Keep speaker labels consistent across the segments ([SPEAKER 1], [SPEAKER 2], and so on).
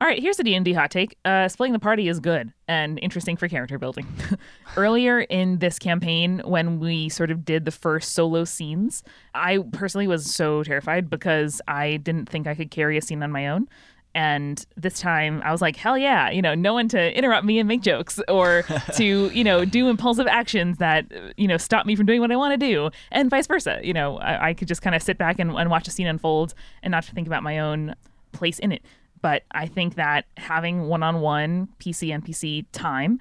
[SPEAKER 1] All right, here's a D&D hot take. Uh, splitting the party is good and interesting for character building. Earlier in this campaign, when we sort of did the first solo scenes, I personally was so terrified because I didn't think I could carry a scene on my own. And this time I was like, hell yeah, you know, no one to interrupt me and make jokes or to, you know, do impulsive actions that, you know, stop me from doing what I want to do and vice versa. You know, I, I could just kind of sit back and, and watch a scene unfold and not think about my own place in it but I think that having one-on-one PC NPC time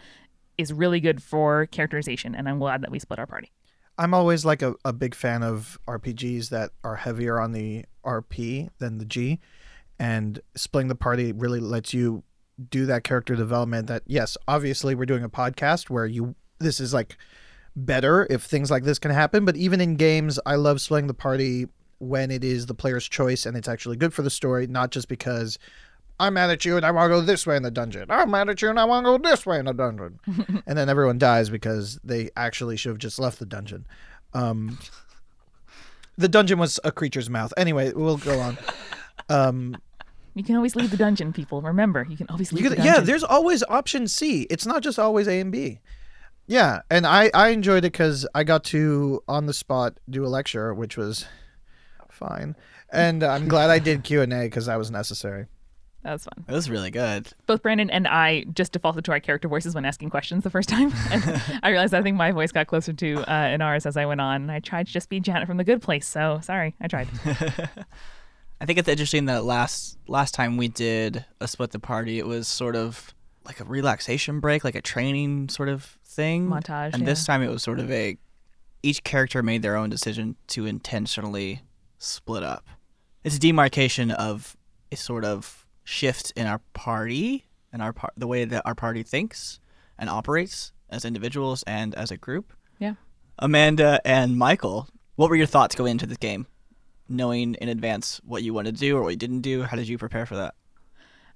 [SPEAKER 1] is really good for characterization, and I'm glad that we split our party.
[SPEAKER 2] I'm always like a, a big fan of RPGs that are heavier on the RP than the G, and splitting the party really lets you do that character development. That yes, obviously we're doing a podcast where you this is like better if things like this can happen. But even in games, I love splitting the party when it is the player's choice and it's actually good for the story, not just because I'm mad at you and I want to go this way in the dungeon. I'm mad at you and I want to go this way in the dungeon. and then everyone dies because they actually should have just left the dungeon. Um, the dungeon was a creature's mouth. Anyway, we'll go on. Um,
[SPEAKER 1] You can always leave the dungeon, people. Remember, you can always leave
[SPEAKER 2] you
[SPEAKER 1] the
[SPEAKER 2] could,
[SPEAKER 1] dungeon.
[SPEAKER 2] yeah, there's always option C. It's not just always A and B. Yeah, and I I enjoyed it because I got to on the spot do a lecture, which was fine, and I'm glad I did Q and A because that was necessary.
[SPEAKER 1] That was fun.
[SPEAKER 3] It was really good.
[SPEAKER 1] Both Brandon and I just defaulted to our character voices when asking questions the first time. And I realized I think my voice got closer to uh, an ours as I went on, and I tried to just be Janet from The Good Place. So sorry, I tried.
[SPEAKER 3] I think it's interesting that last last time we did a split the party, it was sort of like a relaxation break, like a training sort of thing
[SPEAKER 1] Montage,
[SPEAKER 3] And this time it was sort of a each character made their own decision to intentionally split up. It's a demarcation of a sort of shift in our party and our par- the way that our party thinks and operates as individuals and as a group.
[SPEAKER 1] yeah.
[SPEAKER 3] Amanda and Michael, what were your thoughts going into this game? Knowing in advance what you wanted to do or what you didn't do, how did you prepare for that?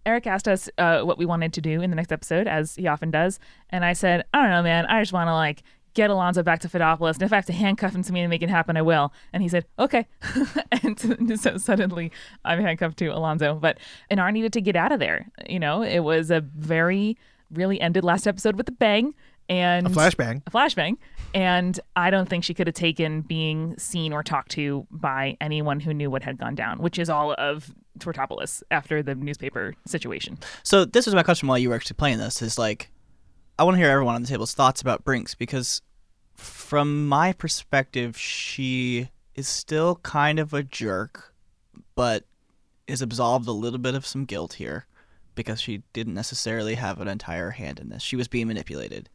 [SPEAKER 1] Eric asked us uh, what we wanted to do in the next episode, as he often does, and I said, I don't know, man. I just want to like get Alonzo back to Fidopolis, and if I have to handcuff him to me to make it happen, I will. And he said, okay. and so suddenly, I'm handcuffed to Alonzo. But Inar needed to get out of there. You know, it was a very really ended last episode with a bang and
[SPEAKER 2] A flashbang.
[SPEAKER 1] a flashbang. And I don't think she could have taken being seen or talked to by anyone who knew what had gone down, which is all of Tortopolis after the newspaper situation.
[SPEAKER 3] So this was my question while you were actually playing this is like I want to hear everyone on the table's thoughts about Brinks because from my perspective she is still kind of a jerk but is absolved a little bit of some guilt here because she didn't necessarily have an entire hand in this. She was being manipulated.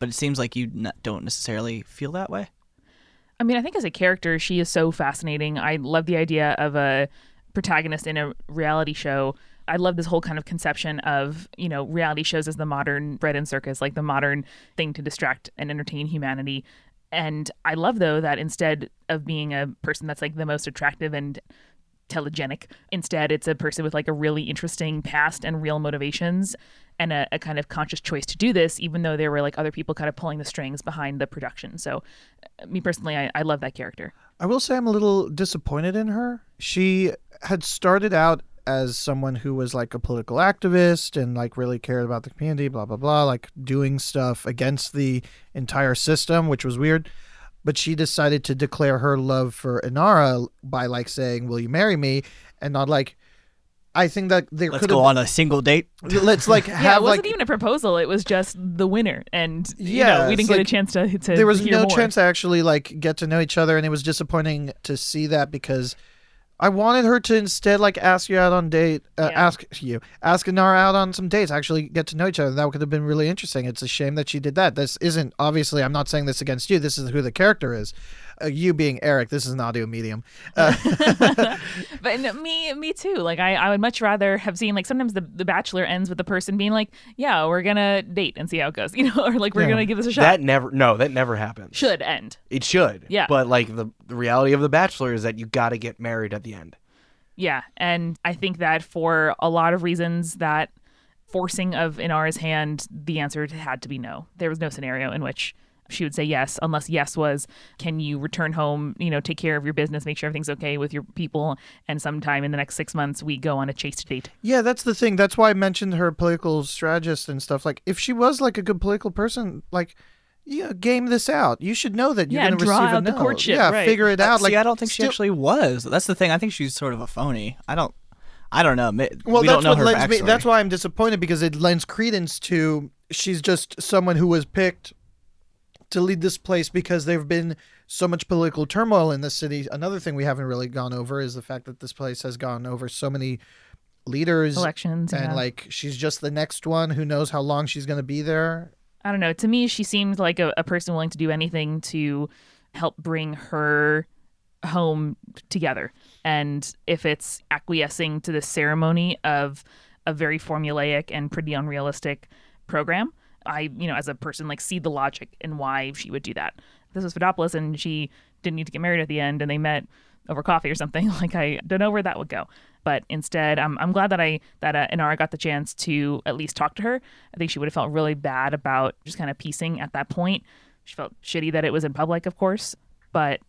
[SPEAKER 3] But it seems like you n- don't necessarily feel that way.
[SPEAKER 1] I mean, I think as a character, she is so fascinating. I love the idea of a protagonist in a reality show. I love this whole kind of conception of, you know, reality shows as the modern bread and circus, like the modern thing to distract and entertain humanity. And I love, though, that instead of being a person that's like the most attractive and telegenic. Instead, it's a person with like a really interesting past and real motivations and a, a kind of conscious choice to do this, even though there were like other people kind of pulling the strings behind the production. So, uh, me personally, I, I love that character.
[SPEAKER 2] I will say I'm a little disappointed in her. She had started out as someone who was like a political activist and like really cared about the community, blah, blah, blah, like doing stuff against the entire system, which was weird. But she decided to declare her love for Inara by like saying, Will you marry me? And not like, I think that there
[SPEAKER 3] Let's
[SPEAKER 2] could
[SPEAKER 3] go
[SPEAKER 2] have.
[SPEAKER 3] on a single date.
[SPEAKER 2] Let's like have
[SPEAKER 1] Yeah, it wasn't
[SPEAKER 2] like
[SPEAKER 1] even a proposal; it was just the winner, and you
[SPEAKER 2] Yeah,
[SPEAKER 1] know, we
[SPEAKER 2] it's
[SPEAKER 1] didn't get
[SPEAKER 2] like-
[SPEAKER 1] a chance to. to
[SPEAKER 2] there was
[SPEAKER 1] hear
[SPEAKER 2] no
[SPEAKER 1] more.
[SPEAKER 2] chance to actually like get to know each other and it was disappointing to see that because I wanted her to instead like ask you out on date, uh,
[SPEAKER 1] Yeah.
[SPEAKER 2] ask you, ask Inara out on some dates, actually get to know each other. That could have been really interesting. It's a shame that she did that. This isn't obviously. I'm not saying this against you. This is who the character is. Uh, you being Eric, this is an audio medium. Uh,
[SPEAKER 1] but no, me me too like I, I would much rather have seen like sometimes the, the bachelor ends with the person being like yeah we're gonna date and see how it goes you know or like we're
[SPEAKER 2] Yeah.
[SPEAKER 1] gonna give this a shot
[SPEAKER 4] That never, no, that never happens.
[SPEAKER 1] should end
[SPEAKER 4] It should.
[SPEAKER 1] Yeah.
[SPEAKER 4] But like the, the reality of The Bachelor is that you got to get married at the end.
[SPEAKER 1] yeah and i think that for a lot of reasons that forcing of inara's hand the answer had to be no there was no scenario in which she would say yes unless yes was can you return home you know take care of your business make sure everything's okay with your people and sometime in the next six months we go on a chaste date
[SPEAKER 2] yeah, that's the thing. That's why I mentioned her political strategist and stuff. Like, if she was like a good political person, like. Yeah, game this out. You should know that you're
[SPEAKER 1] Yeah,
[SPEAKER 2] going to
[SPEAKER 1] draw
[SPEAKER 2] receive a
[SPEAKER 1] out the
[SPEAKER 2] no.
[SPEAKER 1] courtship,
[SPEAKER 2] yeah,
[SPEAKER 1] right.
[SPEAKER 2] figure it out.
[SPEAKER 3] See,
[SPEAKER 2] like,
[SPEAKER 3] I don't think she
[SPEAKER 2] still-
[SPEAKER 3] actually was. That's the thing. I think she's sort of a phony. I don't. I don't know. Mi-
[SPEAKER 2] Well,
[SPEAKER 3] we
[SPEAKER 2] that's
[SPEAKER 3] don't know
[SPEAKER 2] what
[SPEAKER 3] her
[SPEAKER 2] lends me.
[SPEAKER 3] backstory.
[SPEAKER 2] That's why I'm disappointed because it lends credence to she's just someone who was picked to lead this place because there've been so much political turmoil in this city. Another thing we haven't really gone over is the fact that this place has gone over so many leaders
[SPEAKER 1] elections
[SPEAKER 2] and
[SPEAKER 1] yeah.
[SPEAKER 2] like she's just the next one who knows how long she's going to be there.
[SPEAKER 1] I don't know. To me, she seemed like a, a person willing to do anything to help bring her home together. And if it's acquiescing to the ceremony of a very formulaic and pretty unrealistic program, I, you know, as a person, like see the logic in why she would do that. This was Fidopoulos, and she didn't need to get married at the end, and they met over coffee or something. Like I don't know where that would go. But instead, I'm, I'm glad that I that uh, Inara got the chance to at least talk to her. I think she would have felt really bad about just kind of piecing at that point. She felt shitty that it was in public, of course, but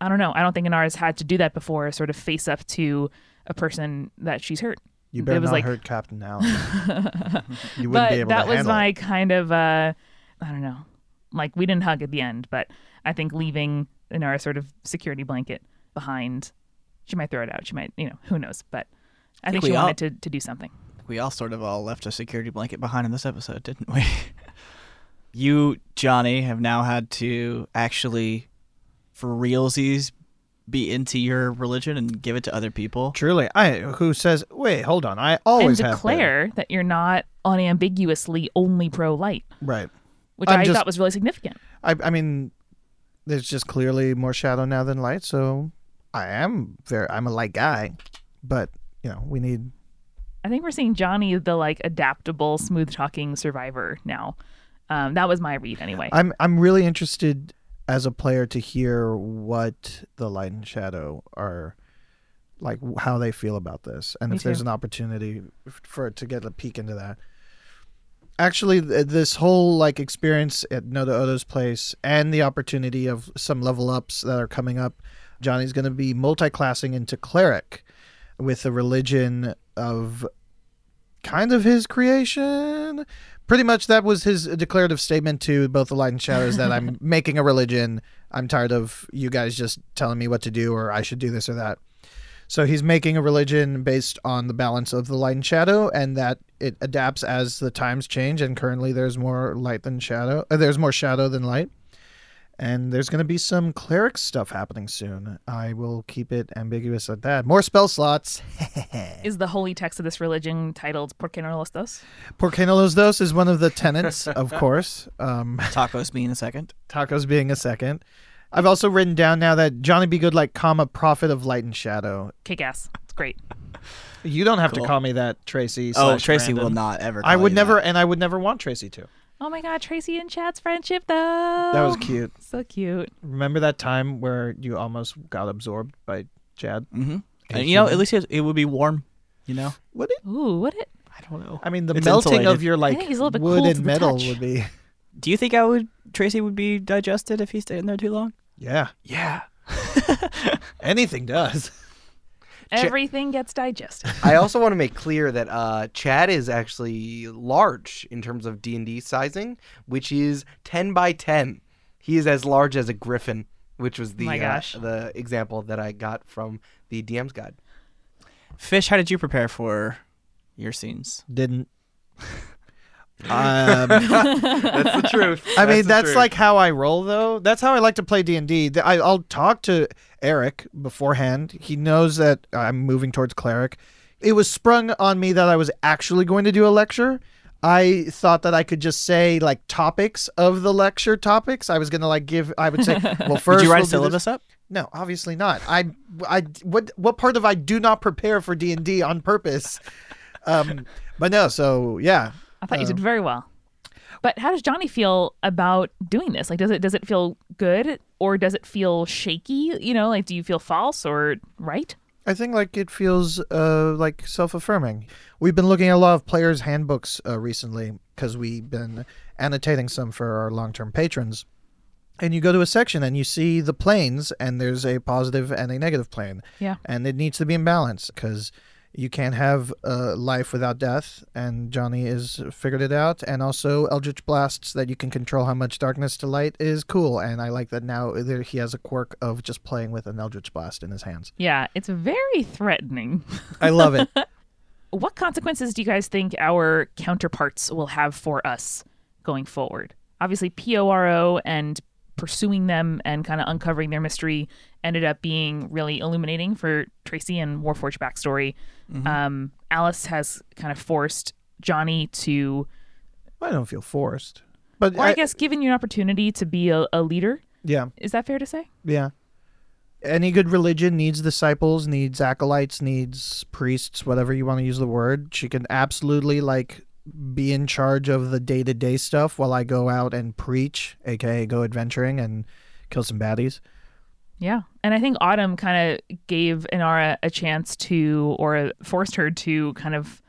[SPEAKER 1] I don't know. I don't think Inara's had to do that before, sort of face up to a person that she's hurt.
[SPEAKER 2] You
[SPEAKER 1] It
[SPEAKER 2] better
[SPEAKER 1] was
[SPEAKER 2] not
[SPEAKER 1] like-
[SPEAKER 2] hurt Captain Allen. you wouldn't
[SPEAKER 1] but
[SPEAKER 2] be able
[SPEAKER 1] that
[SPEAKER 2] to
[SPEAKER 1] was
[SPEAKER 2] handle
[SPEAKER 1] my
[SPEAKER 2] it.
[SPEAKER 1] kind of uh I don't know. Like we didn't hug at the end, but I think leaving Inara sort of security blanket behind, she might throw it out. She might, you know, who knows? But I think
[SPEAKER 3] we
[SPEAKER 1] she
[SPEAKER 3] all-
[SPEAKER 1] wanted to, to do something.
[SPEAKER 3] we all sort of all left a security blanket behind in this episode, didn't we? you, Johnny, have now had to actually, for realsies, be into your religion and give it to other people.
[SPEAKER 2] Truly, I who says, "Wait, hold on. I always
[SPEAKER 1] and
[SPEAKER 2] have been."
[SPEAKER 1] declare that you're not unambiguously only pro light,
[SPEAKER 2] Right.
[SPEAKER 1] which
[SPEAKER 2] I'm
[SPEAKER 1] i
[SPEAKER 2] just-
[SPEAKER 1] thought was really significant.
[SPEAKER 2] I, I mean, there's just clearly more shadow now than light. So I am very, I'm a light guy, but you know, we need.
[SPEAKER 1] I think we're seeing Johnny the like adaptable, smooth talking survivor now. Um, that was my read anyway.
[SPEAKER 2] I'm I'm really interested as a player to hear what the light and shadow are like, how they feel about this, and
[SPEAKER 1] Me
[SPEAKER 2] if there's
[SPEAKER 1] too.
[SPEAKER 2] an opportunity f- for to get a peek into that. Actually, th- this whole like experience at Noda Odo's place and the opportunity of some level ups that are coming up, Johnny's going to be multi-classing into cleric. with a religion of kind of his creation. Pretty much that was his declarative statement to both the light and shadows that I'm making a religion. I'm tired of you guys just telling me what to do or I should do this or that. So he's making a religion based on the balance of the light and shadow and that it adapts as the times change and currently there's more light than shadow. Uh, there's more shadow than light. And there's going to be some cleric stuff happening soon. I will keep it ambiguous at that. More spell slots.
[SPEAKER 1] Is the holy text of this religion titled Por qué no los dos?
[SPEAKER 2] Porque no los dos is one of the tenants, of course. Um,
[SPEAKER 3] Tacos me in a second.
[SPEAKER 2] tacos being a second. I've also written down now that Johnny B. Goodlike, comma, prophet of light and shadow.
[SPEAKER 1] Kick ass. It's great.
[SPEAKER 2] You don't have
[SPEAKER 3] Cool.
[SPEAKER 2] to call me that, Tracy.
[SPEAKER 3] Oh,
[SPEAKER 2] slash
[SPEAKER 3] Tracy
[SPEAKER 2] Brandon.
[SPEAKER 3] will not ever.
[SPEAKER 2] I
[SPEAKER 3] call
[SPEAKER 2] would
[SPEAKER 3] you that.
[SPEAKER 2] never, and I would never want Tracy to.
[SPEAKER 1] Oh my god, Tracy and Chad's friendship though.
[SPEAKER 2] That was cute.
[SPEAKER 1] So cute.
[SPEAKER 2] Remember that time where you almost got absorbed by Chad?
[SPEAKER 3] Mhm. And, you know, at least it, it would be warm. You know,
[SPEAKER 2] Would it?
[SPEAKER 1] Ooh, what it?
[SPEAKER 3] I don't know.
[SPEAKER 2] I mean, the
[SPEAKER 3] It's
[SPEAKER 2] melting of
[SPEAKER 3] insulated.
[SPEAKER 2] your like
[SPEAKER 1] think he's a little bit
[SPEAKER 2] wood
[SPEAKER 1] cool to
[SPEAKER 2] and
[SPEAKER 1] the
[SPEAKER 2] metal
[SPEAKER 1] touch.
[SPEAKER 2] would be.
[SPEAKER 3] Do you think I would Tracy would be digested if he stayed in there too long?
[SPEAKER 2] Yeah,
[SPEAKER 4] Yeah.
[SPEAKER 2] anything does.
[SPEAKER 1] Everything gets digested.
[SPEAKER 4] I also want to make clear that uh, Chad is actually large in terms of D and D sizing, which is ten by ten. He is as large as a griffin, which was the
[SPEAKER 1] My
[SPEAKER 4] uh,
[SPEAKER 1] gosh.
[SPEAKER 4] the example that I got from the DM's guide.
[SPEAKER 3] Fish, how did you prepare for your scenes?
[SPEAKER 2] Didn't. Um,
[SPEAKER 4] That's the truth.
[SPEAKER 2] I mean,
[SPEAKER 4] the
[SPEAKER 2] that's
[SPEAKER 4] truth.
[SPEAKER 2] like how I roll, though. That's how I like to play D and D. I'll talk to Eric beforehand. He knows that I'm moving towards cleric. It was sprung on me that I was actually going to do a lecture. I thought that I could just say like topics of the lecture topics. I was gonna like give. I would say, well, first
[SPEAKER 3] Did you
[SPEAKER 2] we'll do
[SPEAKER 3] write a
[SPEAKER 2] this-
[SPEAKER 3] syllabus up?
[SPEAKER 2] No, obviously not. I, I, what, what part of I do not prepare for D and D on purpose? Um, but no, so yeah,
[SPEAKER 1] I thought you
[SPEAKER 2] Um,
[SPEAKER 1] did very well. But how does Johnny feel about doing this? Like, does it does it feel good or does it feel shaky? You know, like, do you feel false or right?
[SPEAKER 2] I think like it feels uh, like self-affirming. We've been looking at a lot of players' handbooks uh, recently because we've been annotating some for our long-term patrons. And you go to a section and you see the planes, and there's a positive and a negative plane.
[SPEAKER 1] Yeah.
[SPEAKER 2] And it needs to be in balance because you can't have uh, life without death. And Johnny has figured it out. And also Eldritch Blasts that you can control how much darkness to light is cool. And I like that now there, he has a quirk of just playing with an Eldritch Blast in his hands.
[SPEAKER 1] Yeah, it's very threatening.
[SPEAKER 2] I love it.
[SPEAKER 1] what consequences do you guys think our counterparts will have for us going forward? Obviously, PORO and pursuing them and kind of uncovering their mystery ended up being really illuminating for Tracy and Warforged backstory. Um, Alice has kind of forced Johnny to,
[SPEAKER 2] I don't feel forced. But
[SPEAKER 1] or I, guess, given you an opportunity to be a, a leader.
[SPEAKER 2] yeah,
[SPEAKER 1] Is that fair to say?
[SPEAKER 2] yeah. Any good religion needs disciples, needs acolytes, needs priests, whatever you want to use the word. She can absolutely like be in charge of the day to day stuff while I go out and preach, aka go adventuring and kill some baddies.
[SPEAKER 1] Yeah. And I think Autumn kind of gave Inara a chance to, or forced her to kind of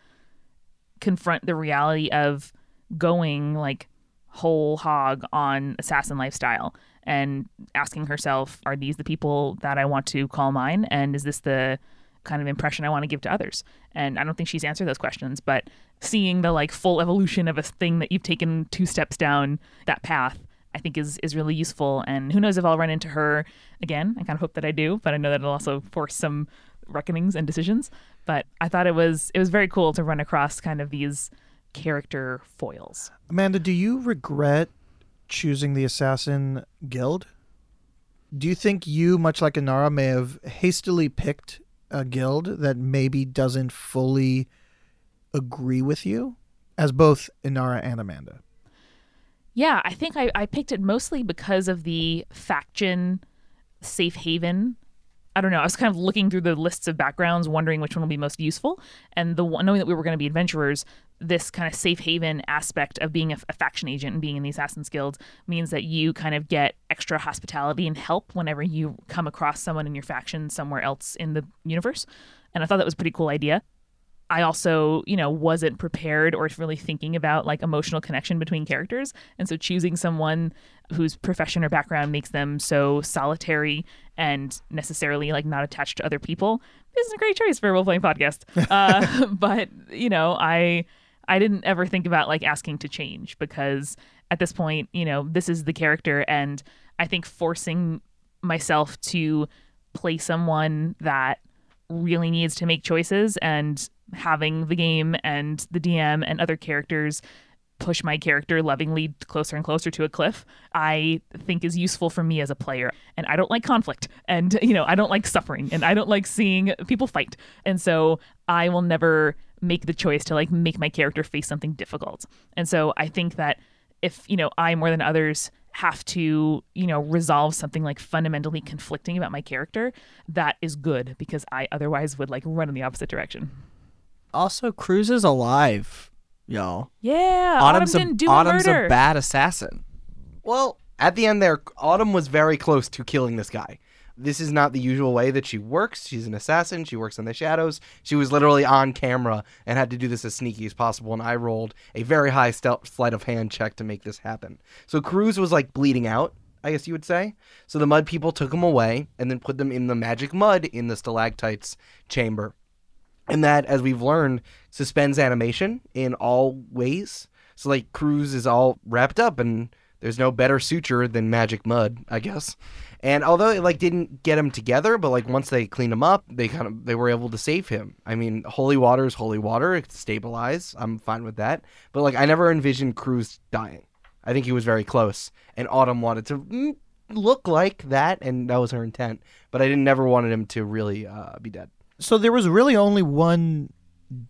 [SPEAKER 1] confront the reality of going like whole hog on assassin lifestyle and asking herself, are these the people that I want to call mine? And is this the kind of impression I want to give to others? And I don't think she's answered those questions, but seeing the like full evolution of a thing that you've taken two steps down that path. I think is is really useful, and who knows if I'll run into her again. I kind of hope that I do, but I know that it'll also force some reckonings and decisions. But I thought it was it was very cool to run across kind of these character foils.
[SPEAKER 2] Amanda, do you regret choosing the assassin guild? Do you think you, much like Inara, may have hastily picked a guild that maybe doesn't fully agree with you, as both Inara and Amanda?
[SPEAKER 1] Yeah, I think I, I picked it mostly because of the faction safe haven. I don't know. I was kind of looking through the lists of backgrounds, wondering which one will be most useful. And the one, knowing that we were going to be adventurers, this kind of safe haven aspect of being a, a faction agent and being in the Assassin's Guild means that you kind of get extra hospitality and help whenever you come across someone in your faction somewhere else in the universe. And I thought that was a pretty cool idea. I also, you know, wasn't prepared or really thinking about like emotional connection between characters. And so choosing someone whose profession or background makes them so solitary and necessarily like not attached to other people isn't a great choice for a role playing podcast. Uh, but, you know, I. I didn't ever think about like asking to change because at this point, you know, this is the character and I think forcing myself to play someone that really needs to make choices and having the game and the DM and other characters push my character lovingly closer and closer to a cliff, I think is useful for me as a player. And I don't like conflict. And, you know, I don't like suffering. And I don't like seeing people fight. And so I will never make the choice to like make my character face something difficult. And so I think that if, you know, I more than others have to, you know, resolve something like fundamentally conflicting about my character, that is good because I otherwise would like run in the opposite direction.
[SPEAKER 3] Also, Cruz is alive, y'all.
[SPEAKER 1] Yeah,
[SPEAKER 3] Autumn's,
[SPEAKER 1] Autumn didn't do
[SPEAKER 3] a, Autumn's
[SPEAKER 1] a murder.
[SPEAKER 3] a bad assassin.
[SPEAKER 4] Well, at the end there, Autumn was very close to killing this guy. This is not the usual way that she works. She's an assassin. She works in the shadows. She was literally on camera and had to do this as sneaky as possible. And I rolled a very high stealth sleight of hand check to make this happen. So Cruz was like bleeding out, I guess you would say. So the mud people took him away and then put them in the magic mud in the stalactites chamber. And that, as we've learned, suspends animation in all ways. So like Cruz is all wrapped up and There's no better suture than magic mud, I guess. And although it like didn't get him together, but like once they cleaned him up, they kind of they were able to save him. I mean, holy water is holy water. It stabilized. I'm fine with that. But like I never envisioned Cruz dying. I think he was very close, and Autumn wanted to mm, look like that, and that was her intent. But I didn't never wanted him to really uh, be dead.
[SPEAKER 2] So there was really only one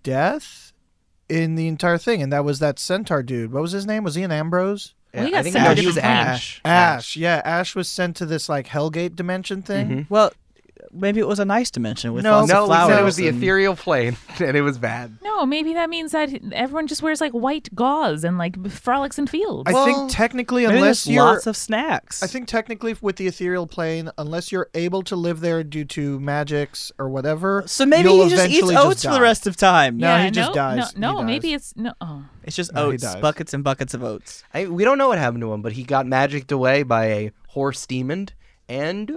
[SPEAKER 2] death in the entire thing, and that was that centaur dude. What was his name? Was he an Ambrose?
[SPEAKER 1] Well, he
[SPEAKER 4] I
[SPEAKER 1] got
[SPEAKER 4] think
[SPEAKER 1] sent
[SPEAKER 4] no,
[SPEAKER 1] to
[SPEAKER 4] he was
[SPEAKER 1] different planets.
[SPEAKER 4] Ash.
[SPEAKER 2] Ash. Yeah, Ash was sent to this like Hellgate dimension thing.
[SPEAKER 4] Mhm.
[SPEAKER 3] Well, maybe it was a nice dimension with
[SPEAKER 2] No,
[SPEAKER 3] lots
[SPEAKER 4] No,
[SPEAKER 3] of
[SPEAKER 4] we
[SPEAKER 3] flowers.
[SPEAKER 4] said it was the
[SPEAKER 3] and-
[SPEAKER 4] ethereal plane, and it was bad.
[SPEAKER 1] No, maybe that means that everyone just wears like white gauze and like frolics in fields.
[SPEAKER 2] I
[SPEAKER 3] Well,
[SPEAKER 2] think technically,
[SPEAKER 3] Maybe
[SPEAKER 2] unless
[SPEAKER 3] there's
[SPEAKER 2] you're,
[SPEAKER 3] lots of snacks.
[SPEAKER 2] I think technically with the ethereal plane, unless you're able to live there due to magics or whatever,
[SPEAKER 3] so. Maybe
[SPEAKER 2] you'll
[SPEAKER 3] he just eats
[SPEAKER 2] eventually
[SPEAKER 3] oats for
[SPEAKER 2] die.
[SPEAKER 3] the rest of time.
[SPEAKER 2] No,
[SPEAKER 1] yeah,
[SPEAKER 2] he just
[SPEAKER 1] no,
[SPEAKER 2] dies.
[SPEAKER 1] No,
[SPEAKER 2] He
[SPEAKER 1] no
[SPEAKER 2] dies.
[SPEAKER 1] It's maybe it's no. Oh.
[SPEAKER 3] It's just
[SPEAKER 2] No, he
[SPEAKER 3] oats,
[SPEAKER 2] dies.
[SPEAKER 3] buckets and buckets of oats.
[SPEAKER 4] I, we don't know what happened to him, but he got magicked away by a horse demon, and uh,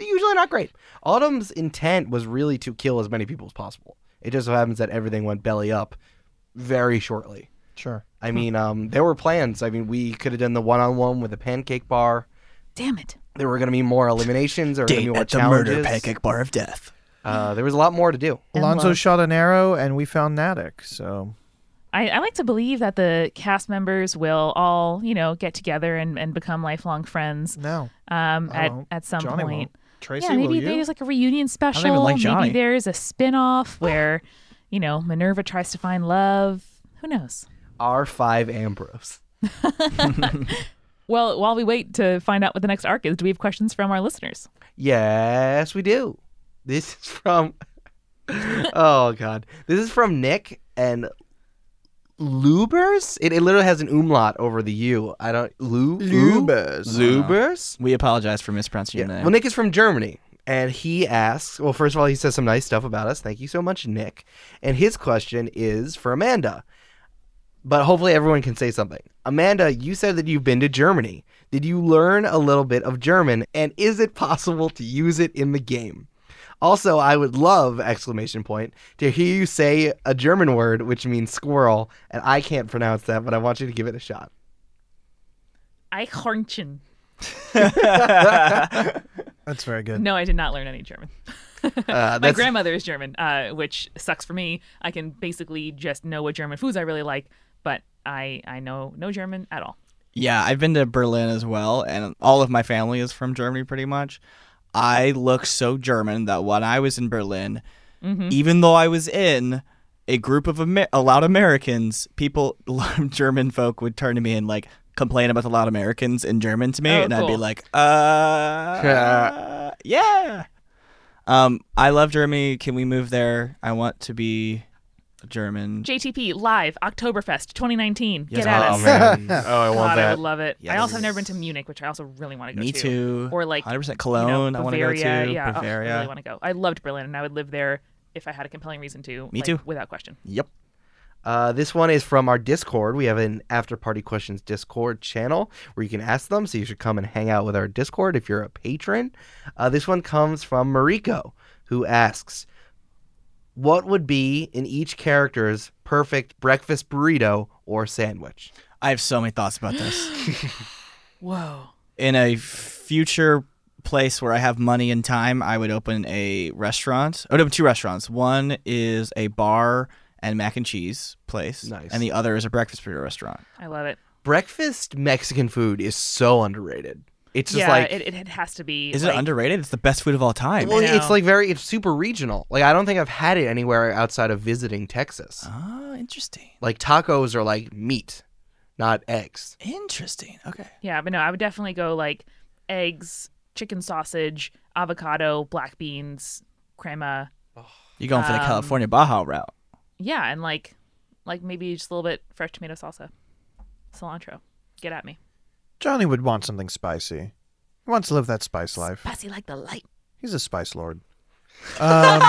[SPEAKER 4] usually not great. Autumn's intent was really to kill as many people as possible. It just so happens that everything went belly up very shortly.
[SPEAKER 2] Sure.
[SPEAKER 4] I mean, um, there were plans. I mean, we could have done the one-on-one with a pancake bar.
[SPEAKER 1] Damn it.
[SPEAKER 4] There were going to be more eliminations. There were going to be more challenges.
[SPEAKER 3] bar of death.
[SPEAKER 4] Uh, there was a lot more to do.
[SPEAKER 1] And
[SPEAKER 2] Alonzo
[SPEAKER 1] love.
[SPEAKER 2] shot an arrow, and we found Natick. So
[SPEAKER 1] I, I like to believe that the cast members will all, you know, get together and, and become lifelong friends
[SPEAKER 2] no,
[SPEAKER 1] um,
[SPEAKER 2] I
[SPEAKER 1] at,
[SPEAKER 2] won't.
[SPEAKER 1] at some
[SPEAKER 2] Johnny
[SPEAKER 1] point.
[SPEAKER 2] won't. Tracy,
[SPEAKER 1] yeah, maybe
[SPEAKER 2] will you?
[SPEAKER 1] there's like a reunion special.
[SPEAKER 3] like Johnny.
[SPEAKER 1] Maybe there's a spin off where, you know, Minerva tries to find love. Who knows?
[SPEAKER 4] R five Ambrose.
[SPEAKER 1] Well, while we wait to find out what the next arc is, do we have questions from our listeners?
[SPEAKER 4] Yes, we do. This is from. oh God, this is from Nick and Lubers. It, it literally has an umlaut over the U. I don't Lu U? Lubers.
[SPEAKER 3] We apologize for mispronouncing
[SPEAKER 4] Yeah.
[SPEAKER 3] your name.
[SPEAKER 4] Well, Nick is from Germany, and he asks. Well, first of all, he says some nice stuff about us. Thank you so much, Nick. And his question is for Amanda, but hopefully everyone can say something. Amanda, you said that you've been to Germany. Did you learn a little bit of German, and is it possible to use it in the game? Also, I would love exclamation point to hear you say a German word which means squirrel, and I can't pronounce that, but I want you to give it a shot.
[SPEAKER 1] Eichhörnchen.
[SPEAKER 2] That's very good.
[SPEAKER 1] No, I did not learn any German.
[SPEAKER 4] Uh,
[SPEAKER 1] My
[SPEAKER 4] that's
[SPEAKER 1] grandmother is German, uh, which sucks for me. I can basically just know what German foods I really like, but I, I know no German at all.
[SPEAKER 3] yeah, I've been to Berlin as well, and all of my family is from Germany pretty much. I look so German that when I was in Berlin,
[SPEAKER 1] Mm-hmm.
[SPEAKER 3] even though I was in a group of Amer- a loud Americans, people, German folk would turn to me and like complain about the loud Americans in German to me,
[SPEAKER 1] Oh,
[SPEAKER 3] and I'd be
[SPEAKER 1] cool.
[SPEAKER 3] like, uh, yeah. Um, I love Germany. Can we move there? I want to be German.
[SPEAKER 1] JTP live Oktoberfest 2019.
[SPEAKER 3] Yes.
[SPEAKER 1] Get at
[SPEAKER 3] Oh,
[SPEAKER 1] us.
[SPEAKER 4] man. oh, I want
[SPEAKER 1] God,
[SPEAKER 4] that.
[SPEAKER 1] I would love it. I also have
[SPEAKER 3] Yes.
[SPEAKER 1] never been to Munich, which I also really want to go
[SPEAKER 3] Me
[SPEAKER 1] to.
[SPEAKER 3] too.
[SPEAKER 1] Or like
[SPEAKER 3] 100%
[SPEAKER 1] you
[SPEAKER 3] Cologne.
[SPEAKER 1] know,
[SPEAKER 3] I want to go to
[SPEAKER 1] Bavaria. Yeah, oh, I
[SPEAKER 3] Bavaria.
[SPEAKER 1] really want to go. I loved Berlin, and I would live there if I had a compelling reason to.
[SPEAKER 3] Me
[SPEAKER 1] like,
[SPEAKER 3] too.
[SPEAKER 1] without question.
[SPEAKER 3] yep.
[SPEAKER 4] Uh, this one is from our Discord. We have an After Party Questions Discord channel where you can ask them. So you should come and hang out with our Discord if you're a patron. Uh, this one comes from Mariko, who asks, "What would be in each character's perfect breakfast burrito or sandwich?"
[SPEAKER 3] I have so many thoughts about this.
[SPEAKER 1] Whoa.
[SPEAKER 3] In a future place where I have money and time, I would open a restaurant. Oh, no, two restaurants. One is a bar and mac and cheese place.
[SPEAKER 4] Nice.
[SPEAKER 3] And the other is a breakfast burrito restaurant.
[SPEAKER 1] I love it.
[SPEAKER 4] Breakfast Mexican food is so underrated. It's just
[SPEAKER 1] yeah,
[SPEAKER 4] like
[SPEAKER 1] it, it, it has to be.
[SPEAKER 3] Is
[SPEAKER 1] like,
[SPEAKER 3] it underrated? It's the best food of all time.
[SPEAKER 4] well,
[SPEAKER 1] I
[SPEAKER 4] it's
[SPEAKER 1] know.
[SPEAKER 4] like very it's super regional. Like I don't think I've had it anywhere outside of visiting Texas.
[SPEAKER 3] Ah, interesting.
[SPEAKER 4] Like tacos are like meat, not eggs.
[SPEAKER 3] Interesting. Okay.
[SPEAKER 1] Yeah, but no, I would definitely go like eggs, chicken sausage, avocado, black beans, crema.
[SPEAKER 3] You're going for the
[SPEAKER 1] Um,
[SPEAKER 3] California Baja route.
[SPEAKER 1] Yeah, and like, like maybe just a little bit fresh tomato salsa, cilantro. Get at me.
[SPEAKER 2] Johnny would want something spicy. He wants to live that spice life.
[SPEAKER 1] Spicy like the light.
[SPEAKER 2] He's a spice lord. Um,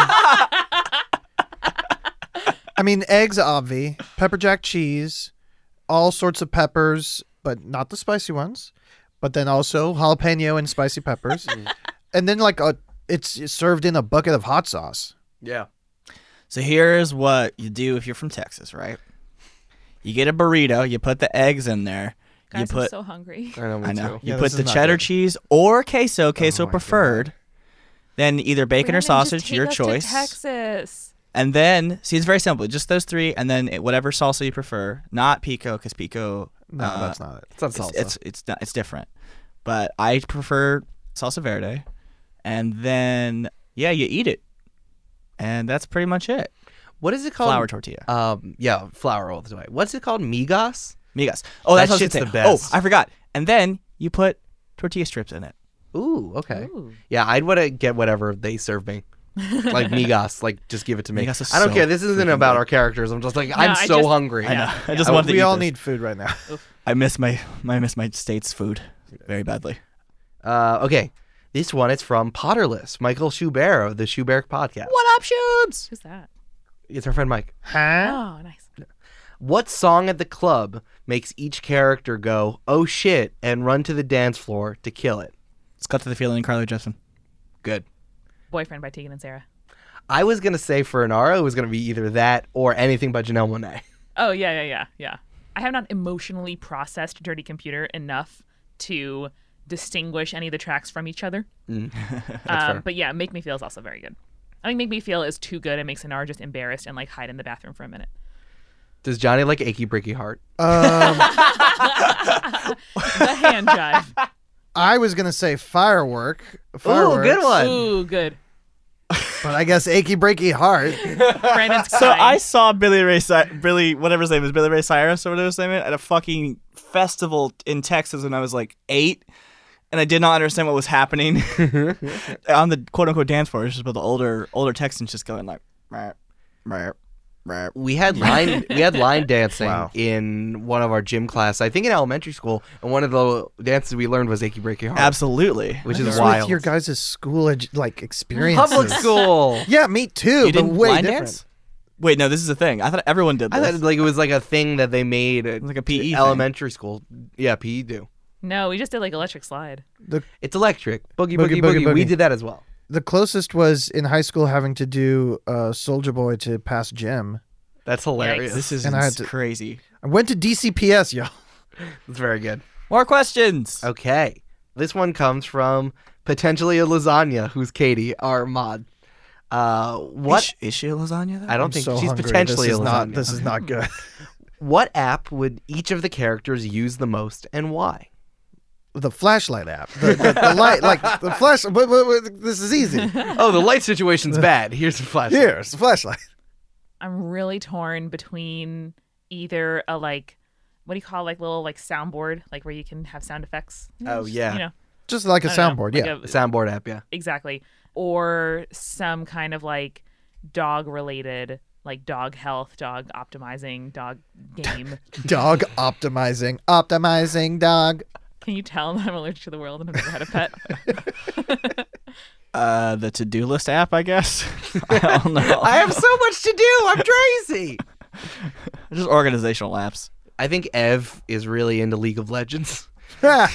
[SPEAKER 2] I mean, eggs, obvi, pepper jack cheese, all sorts of peppers, but not the spicy ones. But then also jalapeno and spicy peppers,
[SPEAKER 3] Mm.
[SPEAKER 2] and then like a, it's served in a bucket of hot sauce.
[SPEAKER 4] Yeah.
[SPEAKER 3] So here's what you do if you're from Texas, right? You get a burrito, you put the eggs in there, you
[SPEAKER 5] Guys, I'm
[SPEAKER 3] put
[SPEAKER 5] so hungry.
[SPEAKER 4] I know. Me
[SPEAKER 3] I know
[SPEAKER 4] Too.
[SPEAKER 2] Yeah, this
[SPEAKER 3] you put
[SPEAKER 2] is
[SPEAKER 3] the
[SPEAKER 2] not
[SPEAKER 3] cheddar
[SPEAKER 2] good. Oh
[SPEAKER 3] cheese or queso, queso
[SPEAKER 4] my God.
[SPEAKER 3] preferred. Then either bacon
[SPEAKER 5] Brandon,
[SPEAKER 3] or
[SPEAKER 5] just
[SPEAKER 3] sausage,
[SPEAKER 5] take
[SPEAKER 3] your
[SPEAKER 5] us to
[SPEAKER 3] choice.
[SPEAKER 5] Texas.
[SPEAKER 3] And then, see, it's very simple. Just those three, and then it, whatever salsa you prefer. Not pico, because pico.
[SPEAKER 2] No,
[SPEAKER 3] uh,
[SPEAKER 2] that's not it.
[SPEAKER 4] It's not
[SPEAKER 3] It's
[SPEAKER 4] salsa.
[SPEAKER 3] it's it's, not, it's different. But I prefer salsa verde, and then yeah, you eat it, and that's pretty much it.
[SPEAKER 4] what is it called?
[SPEAKER 3] Flour tortilla,
[SPEAKER 4] Um, yeah, flour all the way. What's it called? Migas.
[SPEAKER 3] migas. Oh, that's what
[SPEAKER 4] That
[SPEAKER 3] I was
[SPEAKER 4] shit's
[SPEAKER 3] gonna
[SPEAKER 4] the
[SPEAKER 3] say.
[SPEAKER 4] best.
[SPEAKER 3] Oh, I forgot. And then you put tortilla strips in it.
[SPEAKER 4] Ooh, okay.
[SPEAKER 1] Ooh.
[SPEAKER 4] Yeah, I'd want to get whatever they serve me. like migas, like just give it to me.
[SPEAKER 3] Migas is
[SPEAKER 4] I don't
[SPEAKER 3] so
[SPEAKER 4] care. This isn't
[SPEAKER 3] freaking
[SPEAKER 4] about
[SPEAKER 3] good.
[SPEAKER 4] our characters. I'm just like I'm
[SPEAKER 1] I
[SPEAKER 4] so
[SPEAKER 1] just-
[SPEAKER 4] hungry.
[SPEAKER 3] I know. I just
[SPEAKER 2] Oh,
[SPEAKER 3] want to.
[SPEAKER 2] we
[SPEAKER 3] eat
[SPEAKER 2] all
[SPEAKER 3] this.
[SPEAKER 2] need food right now.
[SPEAKER 3] I miss my I miss my state's food very badly.
[SPEAKER 4] Uh, okay, this one it's from Potterless, Michael Schubert of the Schubert podcast.
[SPEAKER 3] What up, shoots?
[SPEAKER 1] Who's that?
[SPEAKER 4] It's our friend Mike.
[SPEAKER 2] Huh?
[SPEAKER 1] Oh, nice.
[SPEAKER 4] What song at the club makes each character go "Oh shit" and run to the dance floor to kill it?
[SPEAKER 3] It's got to the feeling, Carly Jepsen.
[SPEAKER 4] Good.
[SPEAKER 1] Boyfriend by Tegan and Sarah.
[SPEAKER 4] I was gonna say for Inara, it was gonna be either that or anything by Janelle Monae.
[SPEAKER 1] Oh yeah, yeah, yeah, yeah. I have not emotionally processed Dirty Computer enough to distinguish any of the tracks from each other. um, but yeah, Make Me Feel is also very good. I think Make Me Feel is too good. It makes Anar just embarrassed and like hide in the bathroom for a minute.
[SPEAKER 4] Does Johnny like achy breaky heart?
[SPEAKER 2] Um,
[SPEAKER 1] The hand jive.
[SPEAKER 2] I was gonna say firework. Fireworks,
[SPEAKER 4] good one.
[SPEAKER 1] Ooh, good.
[SPEAKER 2] But I guess achy breaky heart.
[SPEAKER 1] Brandon's
[SPEAKER 3] So
[SPEAKER 1] crying.
[SPEAKER 3] I saw Billy Ray, Cy- Billy, whatever his name is, Billy Ray Cyrus or whatever his name is, at a fucking festival in Texas when I was like eight, and I did not understand what was happening on the quote unquote dance floor. It's just about the older older Texans just going like, "Rah, rah, rah."
[SPEAKER 4] we had line we had line dancing
[SPEAKER 2] Wow.
[SPEAKER 4] in one of our gym class. I think in elementary school, and one of the dances we learned was achy breaky heart,
[SPEAKER 3] absolutely.
[SPEAKER 4] which
[SPEAKER 2] What's
[SPEAKER 4] is
[SPEAKER 2] with
[SPEAKER 4] wild.
[SPEAKER 2] your guys' school edu- like experience.
[SPEAKER 4] Public school.
[SPEAKER 2] Yeah, me too.
[SPEAKER 3] You
[SPEAKER 2] but
[SPEAKER 3] didn't
[SPEAKER 2] way
[SPEAKER 3] line
[SPEAKER 2] different.
[SPEAKER 3] dance? Wait, no, this is a thing. I thought everyone did
[SPEAKER 4] I
[SPEAKER 3] this.
[SPEAKER 4] thought like it was like a thing that they made at
[SPEAKER 3] Like a
[SPEAKER 2] E
[SPEAKER 3] PE
[SPEAKER 4] elementary school. Yeah, PE do.
[SPEAKER 1] no, we just did like Electric Slide.
[SPEAKER 4] It's electric. Boogie
[SPEAKER 2] Boogie,
[SPEAKER 4] boogie boogie.
[SPEAKER 2] boogie,
[SPEAKER 4] We
[SPEAKER 2] boogie.
[SPEAKER 4] did that as well.
[SPEAKER 2] The closest was in high school having to do uh, Soldier Boy to pass gym.
[SPEAKER 4] That's hilarious.
[SPEAKER 3] this is
[SPEAKER 2] And I had to-
[SPEAKER 3] crazy.
[SPEAKER 2] I went to DCPS, y'all.
[SPEAKER 4] It's very good.
[SPEAKER 3] More questions.
[SPEAKER 4] Okay. This one comes from potentially a lasagna, who's Katie, our mod. Uh, what?
[SPEAKER 3] Is she, is she a lasagna? Though?
[SPEAKER 4] I don't
[SPEAKER 2] I'm
[SPEAKER 4] think
[SPEAKER 2] so
[SPEAKER 4] she's
[SPEAKER 2] hungry.
[SPEAKER 4] potentially
[SPEAKER 2] this
[SPEAKER 4] a
[SPEAKER 2] is
[SPEAKER 4] lasagna.
[SPEAKER 2] not. This is not good.
[SPEAKER 4] What app would each of the characters use the most and why?
[SPEAKER 2] the flashlight app. The, the, the light, like the flash. But, but, but this is easy.
[SPEAKER 4] Oh, the light situation's bad. Here's a flash.
[SPEAKER 2] Here's the flashlight.
[SPEAKER 1] I'm really torn between either a like, what do you call like little like soundboard, like where you can have sound effects. You know,
[SPEAKER 4] Oh,
[SPEAKER 1] just,
[SPEAKER 4] yeah.
[SPEAKER 1] You know,
[SPEAKER 2] Just like a
[SPEAKER 1] I don't know,
[SPEAKER 2] soundboard.
[SPEAKER 1] like
[SPEAKER 2] yeah.
[SPEAKER 1] a-
[SPEAKER 4] Soundboard app, yeah.
[SPEAKER 1] exactly or some kind of like dog related like dog health dog optimizing dog game
[SPEAKER 2] dog optimizing, optimizing dog.
[SPEAKER 1] can you tell that i'm allergic to the world and i've never had a pet
[SPEAKER 3] Uh, the to do list app, I guess. I don't know.
[SPEAKER 4] I have so much to do. I'm crazy.
[SPEAKER 3] Just organizational apps.
[SPEAKER 4] I think Ev is really into League of Legends,
[SPEAKER 2] Ah.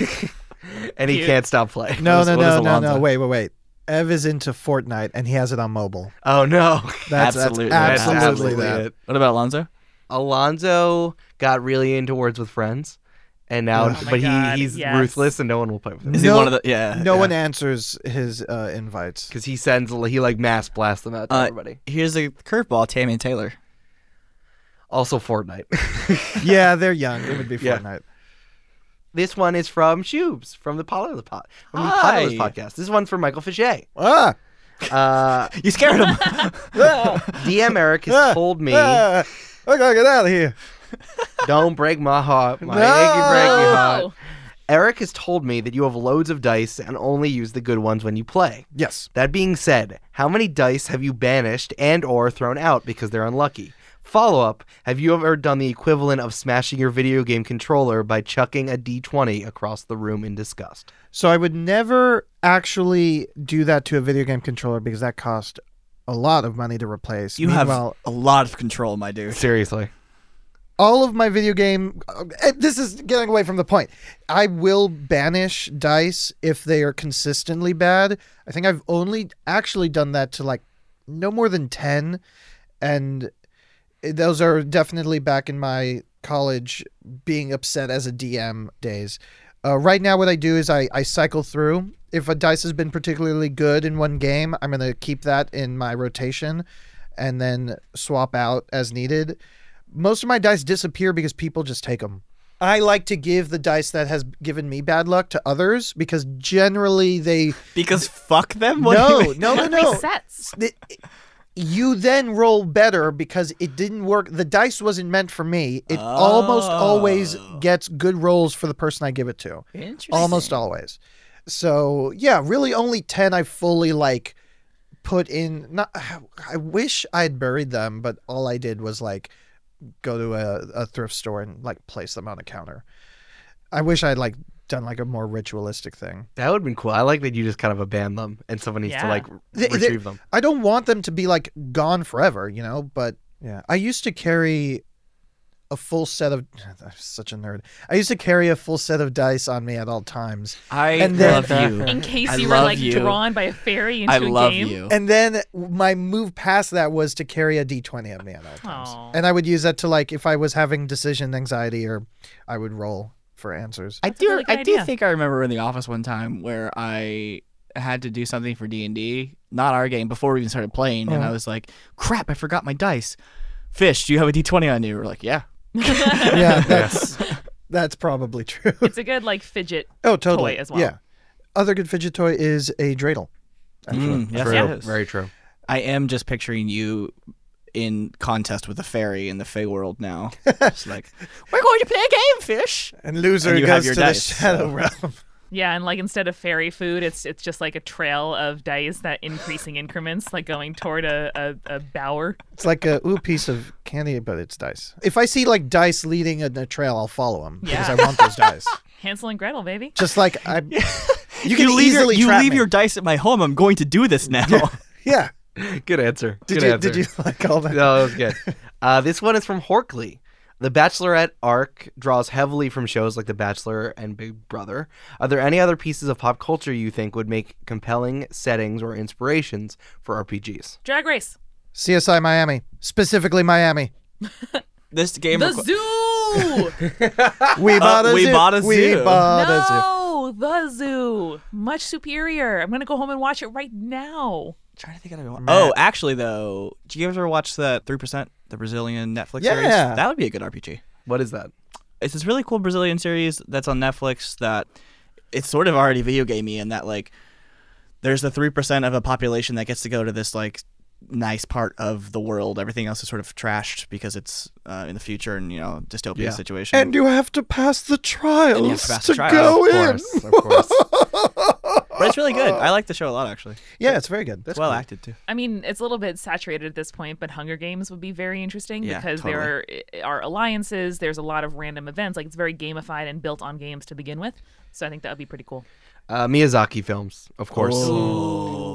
[SPEAKER 4] and he
[SPEAKER 1] Cute.
[SPEAKER 4] can't stop playing.
[SPEAKER 2] no,
[SPEAKER 4] What
[SPEAKER 2] no, no,
[SPEAKER 4] is- what is
[SPEAKER 2] no, no.
[SPEAKER 4] Alonzo?
[SPEAKER 2] Wait, wait, wait. Ev is into Fortnite and he has it on mobile.
[SPEAKER 4] Oh no,
[SPEAKER 2] That's
[SPEAKER 3] Absolutely.
[SPEAKER 2] That's
[SPEAKER 4] That's
[SPEAKER 2] absolutely,
[SPEAKER 4] absolutely
[SPEAKER 2] that.
[SPEAKER 4] it.
[SPEAKER 3] What about Alonzo?
[SPEAKER 4] Alonzo got really into Words with Friends, and now,
[SPEAKER 2] Oh
[SPEAKER 1] my
[SPEAKER 4] but
[SPEAKER 1] God,
[SPEAKER 4] he he's
[SPEAKER 1] yes.
[SPEAKER 4] ruthless, and no one will play with him
[SPEAKER 3] Is
[SPEAKER 2] No-
[SPEAKER 3] he one of the? Yeah.
[SPEAKER 2] No
[SPEAKER 3] Uh, yeah.
[SPEAKER 2] one answers his uh, invites.
[SPEAKER 4] because he sends he like mass blasts them out to
[SPEAKER 3] Uh,
[SPEAKER 4] everybody.
[SPEAKER 3] Here's a curveball, Tammy and Taylor.
[SPEAKER 4] Also, Fortnite.
[SPEAKER 2] yeah, they're young. It would be
[SPEAKER 4] Yeah.
[SPEAKER 2] Fortnite.
[SPEAKER 4] this one is from Shubes from the Potterless pod, from the
[SPEAKER 3] Hi.
[SPEAKER 4] Potterless podcast. This one's from Michael Fichet.
[SPEAKER 2] Ah,
[SPEAKER 4] Uh,
[SPEAKER 3] You scared him.
[SPEAKER 4] DM Eric
[SPEAKER 2] ah,
[SPEAKER 4] has told me,
[SPEAKER 2] ah, I gotta get out of here.
[SPEAKER 4] "Don't break my heart, my
[SPEAKER 2] No.
[SPEAKER 4] achy breaky heart."
[SPEAKER 1] oh
[SPEAKER 4] Eric has told me that you have loads of dice and only use the good ones when you play.
[SPEAKER 2] Yes.
[SPEAKER 4] That being said, how many dice have you banished and or thrown out because they're unlucky? Follow up, have you ever done the equivalent of smashing your video game controller by chucking a d20 across the room in disgust?
[SPEAKER 2] So I would never actually do that to a video game controller because that cost a lot of money to replace.
[SPEAKER 3] you have
[SPEAKER 2] Meanwhile,
[SPEAKER 3] a lot of control, my dude.
[SPEAKER 4] Seriously.
[SPEAKER 2] all of my video game uh, eh, this is getting away from the point i will banish dice if they are consistently bad i think i've only actually done that to like no more than 10 and those are definitely back in my college being upset as a DM days. Uh, right now, what I do is I, I cycle through. If a dice has been particularly good in one game, I'm going to keep that in my rotation and then swap out as needed. Most of my dice disappear because people just take them. I like to give the dice that has given me bad luck to others because generally they.
[SPEAKER 3] Because fuck them. What do you
[SPEAKER 2] No,
[SPEAKER 3] mean?
[SPEAKER 2] Oh, no, no,
[SPEAKER 1] That
[SPEAKER 2] no
[SPEAKER 1] makes sense.
[SPEAKER 2] the, you then roll better because it didn't work. The dice wasn't meant for me. It almost always
[SPEAKER 3] Oh.
[SPEAKER 2] gets good rolls for the person I give it to.
[SPEAKER 3] Interesting.
[SPEAKER 2] Almost always. So yeah, really only ten I fully like put in. Not I wish I had buried them, but all I did was like go to a, a thrift store and like place them on a counter. I wish I'd like done like a more ritualistic thing.
[SPEAKER 4] That would have been cool. I like that you just kind of abandon them and someone needs to
[SPEAKER 1] Yeah.
[SPEAKER 4] like
[SPEAKER 2] They- they-
[SPEAKER 4] retrieve them.
[SPEAKER 2] I don't want them to be like gone forever, you know, but yeah. I used to carry a full set of I'm such a nerd. I used to carry a full set of dice on me at all times.
[SPEAKER 3] I
[SPEAKER 2] And then-
[SPEAKER 3] love you.
[SPEAKER 1] In case
[SPEAKER 3] I
[SPEAKER 1] you were
[SPEAKER 3] love
[SPEAKER 1] like
[SPEAKER 3] you.
[SPEAKER 1] drawn by a fairy into
[SPEAKER 3] I
[SPEAKER 1] a
[SPEAKER 3] love
[SPEAKER 1] game.
[SPEAKER 3] you.
[SPEAKER 2] And then my move past that was to carry a d20 on me at all times.
[SPEAKER 1] Aw.
[SPEAKER 2] And I would use that to like if I was having decision anxiety or I would roll for answers.
[SPEAKER 3] I
[SPEAKER 1] That's a
[SPEAKER 3] do.
[SPEAKER 1] really good
[SPEAKER 3] I do
[SPEAKER 1] idea.
[SPEAKER 3] think I remember in the office one time where I had to do something for D and D, not our game, before we even started playing,
[SPEAKER 1] Oh.
[SPEAKER 3] and I was like, "Crap, I forgot my dice." Fish, do you have a D twenty on you? We're like, "Yeah."
[SPEAKER 2] yeah, that's that's probably true.
[SPEAKER 1] It's a good like fidget.
[SPEAKER 2] oh, totally.
[SPEAKER 1] toy as well.
[SPEAKER 2] Yeah. Other good fidget toy is a dreidel.
[SPEAKER 3] Mm, yes,
[SPEAKER 4] true.
[SPEAKER 3] it is.
[SPEAKER 4] Very true.
[SPEAKER 3] I am just picturing you in contest with a fairy in the Fey world now. Just like, we're going to play a game, Fish.
[SPEAKER 2] And loser
[SPEAKER 3] And you have
[SPEAKER 2] goes
[SPEAKER 3] your
[SPEAKER 2] to
[SPEAKER 3] dice,
[SPEAKER 2] the shadow
[SPEAKER 3] so-
[SPEAKER 2] realm.
[SPEAKER 1] Yeah, and like instead of fairy food, it's it's just like a trail of dice that increasing increments, like going toward a a, a bower.
[SPEAKER 2] It's like a ooh piece of candy, but it's dice. If I see like dice leading in a trail, I'll follow them because I
[SPEAKER 1] Yeah.
[SPEAKER 2] want those dice.
[SPEAKER 1] Hansel and Gretel, baby.
[SPEAKER 2] Just like I, you can
[SPEAKER 3] leave your,
[SPEAKER 2] easily
[SPEAKER 3] you
[SPEAKER 2] trap
[SPEAKER 3] leave
[SPEAKER 2] me.
[SPEAKER 3] your dice at my home. I'm going to do this now.
[SPEAKER 2] yeah.
[SPEAKER 4] Good answer.
[SPEAKER 2] Did
[SPEAKER 4] Good
[SPEAKER 2] you
[SPEAKER 4] answer.
[SPEAKER 2] did you like all that?
[SPEAKER 4] No, that was good. Uh, this one is from Horkley. The Bachelorette arc draws heavily from shows like The Bachelor and Big Brother. Are there any other pieces of pop culture you think would make compelling settings or inspirations for RPGs?
[SPEAKER 1] Drag race.
[SPEAKER 2] CSI Miami, specifically Miami.
[SPEAKER 3] this game.
[SPEAKER 1] The
[SPEAKER 3] requ- Oh,
[SPEAKER 1] zoo.
[SPEAKER 2] We bought a
[SPEAKER 3] we
[SPEAKER 2] zoo.
[SPEAKER 3] bought a
[SPEAKER 2] We
[SPEAKER 3] zoo.
[SPEAKER 2] bought a zoo.
[SPEAKER 1] no, the zoo. Much superior. I'm gonna go home and watch it right now.
[SPEAKER 3] trying to think of one. Oh, actually, though, do you ever watch that Three Percent, the Brazilian Netflix series?
[SPEAKER 2] Yeah.
[SPEAKER 3] that would be a good RPG.
[SPEAKER 4] What is that?
[SPEAKER 3] It's this really cool Brazilian series that's on Netflix. That it's sort of already video gamey in that like there's the three percent of a population that gets to go to this like nice part of the world. Everything else is sort of trashed because it's uh, in the future and you know dystopian
[SPEAKER 4] Yeah.
[SPEAKER 3] situation.
[SPEAKER 2] And you have to pass the trials
[SPEAKER 3] And you have to pass
[SPEAKER 2] to
[SPEAKER 3] the trials,
[SPEAKER 2] go
[SPEAKER 3] of
[SPEAKER 2] in.
[SPEAKER 4] of course.
[SPEAKER 3] but it's really good. I like the show a lot actually.
[SPEAKER 2] Yeah, it's very good.
[SPEAKER 3] It's well acted too.
[SPEAKER 1] I mean, it's a little bit saturated at this point, but Hunger Games would be very interesting
[SPEAKER 3] Yeah,
[SPEAKER 1] because there are, are alliances. There's a lot of random events. Like it's very gamified and built on games to begin with. So I think that would be pretty cool.
[SPEAKER 4] Uh, Miyazaki films, of course.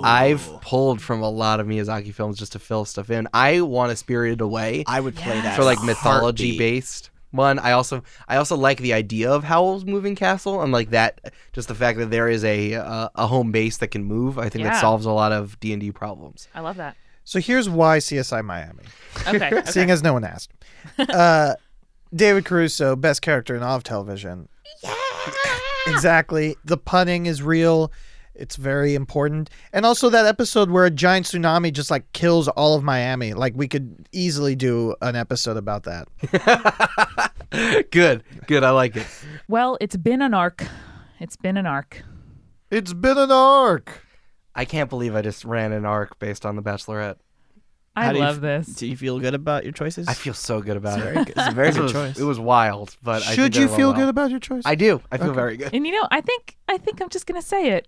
[SPEAKER 4] I've pulled from a lot of Miyazaki films just to fill stuff in. I want a Spirited Away.
[SPEAKER 3] I would play that
[SPEAKER 4] for like
[SPEAKER 3] in a
[SPEAKER 4] mythology
[SPEAKER 3] heartbeat.
[SPEAKER 4] based one. I also I also like the idea of Howl's Moving Castle and like that just the fact that there is a uh, a home base that can move. I think that
[SPEAKER 1] Yeah.
[SPEAKER 4] solves a lot of D and D problems.
[SPEAKER 1] I love that.
[SPEAKER 2] So here's why CSI Miami.
[SPEAKER 1] Okay. okay.
[SPEAKER 2] seeing as no one asked. Uh, David Caruso, best character in all of television. exactly. The punning is real. It's very important. And also that episode where a giant tsunami just like kills all of Miami. Like we could easily do an episode about that.
[SPEAKER 4] good, good. I like it.
[SPEAKER 1] Well, it's been an arc. It's been an arc.
[SPEAKER 2] It's been an arc.
[SPEAKER 4] I can't believe I just ran an arc based on The Bachelorette.
[SPEAKER 1] I
[SPEAKER 3] How do you
[SPEAKER 1] love
[SPEAKER 3] f-
[SPEAKER 1] this.
[SPEAKER 3] Do you feel good about your choices?
[SPEAKER 4] I feel so good about it.
[SPEAKER 3] it's a very
[SPEAKER 4] This
[SPEAKER 3] good
[SPEAKER 4] was-
[SPEAKER 3] choice.
[SPEAKER 4] It was wild, but I
[SPEAKER 2] Should
[SPEAKER 4] did
[SPEAKER 2] you
[SPEAKER 4] well,
[SPEAKER 2] feel
[SPEAKER 4] well.
[SPEAKER 2] good about your choice?
[SPEAKER 4] I do. I feel very good.
[SPEAKER 1] And you know, I think I think I'm just gonna say it.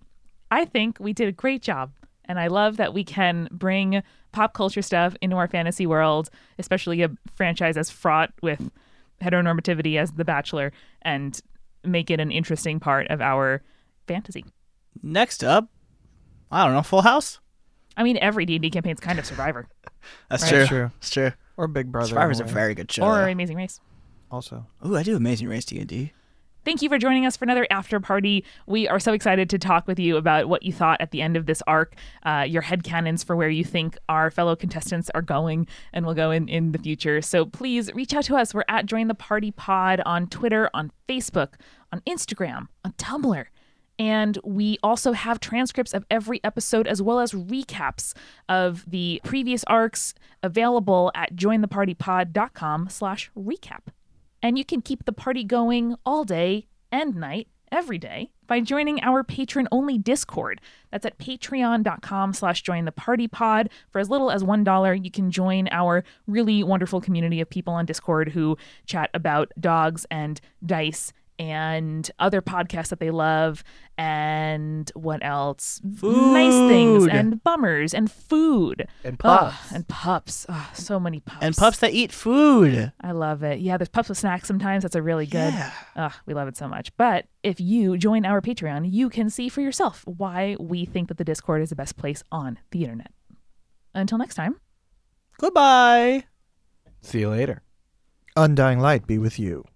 [SPEAKER 1] I think we did a great job, and I love that we can bring pop culture stuff into our fantasy world, especially a franchise as fraught with heteronormativity as The Bachelor, and make it an interesting part of our fantasy.
[SPEAKER 3] Next up, I don't know, Full House.
[SPEAKER 1] I mean, every D&D campaign's kind of Survivor
[SPEAKER 3] That's
[SPEAKER 1] Right.
[SPEAKER 3] true. It's true.
[SPEAKER 2] or Big Brother.
[SPEAKER 3] Survivor's a
[SPEAKER 2] or
[SPEAKER 3] very good show.
[SPEAKER 1] or
[SPEAKER 3] though.
[SPEAKER 1] Amazing Race.
[SPEAKER 2] also.
[SPEAKER 3] Ooh, I do Amazing Race D and D.
[SPEAKER 1] Thank you for joining us for another after party. We are so excited to talk with you about what you thought at the end of this arc, uh, your headcanons for where you think our fellow contestants are going and will go in, in the future. So please reach out to us. We're at Join the Party Pod on Twitter, on Facebook, on Instagram, on Tumblr. And we also have transcripts of every episode as well as recaps of the previous arcs available at jointhepartypod.com slash recap. And you can keep the party going all day and night, every day, by joining our patron-only Discord. That's at patreon.com slash jointhepartypod. For as little as $1, you can join our really wonderful community of people on Discord who chat about dogs and dice and other podcasts that they love and what else? Nice things
[SPEAKER 3] Food.
[SPEAKER 1] and bummers and food.
[SPEAKER 4] And
[SPEAKER 1] Ugh,
[SPEAKER 4] pups.
[SPEAKER 1] and pups. Oh, so many pups.
[SPEAKER 3] and pups that eat food.
[SPEAKER 1] I love it. Yeah, there's pups with snacks sometimes. That's a really good.
[SPEAKER 3] Yeah.
[SPEAKER 1] Ugh, we love it so much. But if you join our Patreon, you can see for yourself why we think that the Discord is the best place on the internet. Until next time.
[SPEAKER 3] Goodbye.
[SPEAKER 4] See you later.
[SPEAKER 2] Undying light be with you.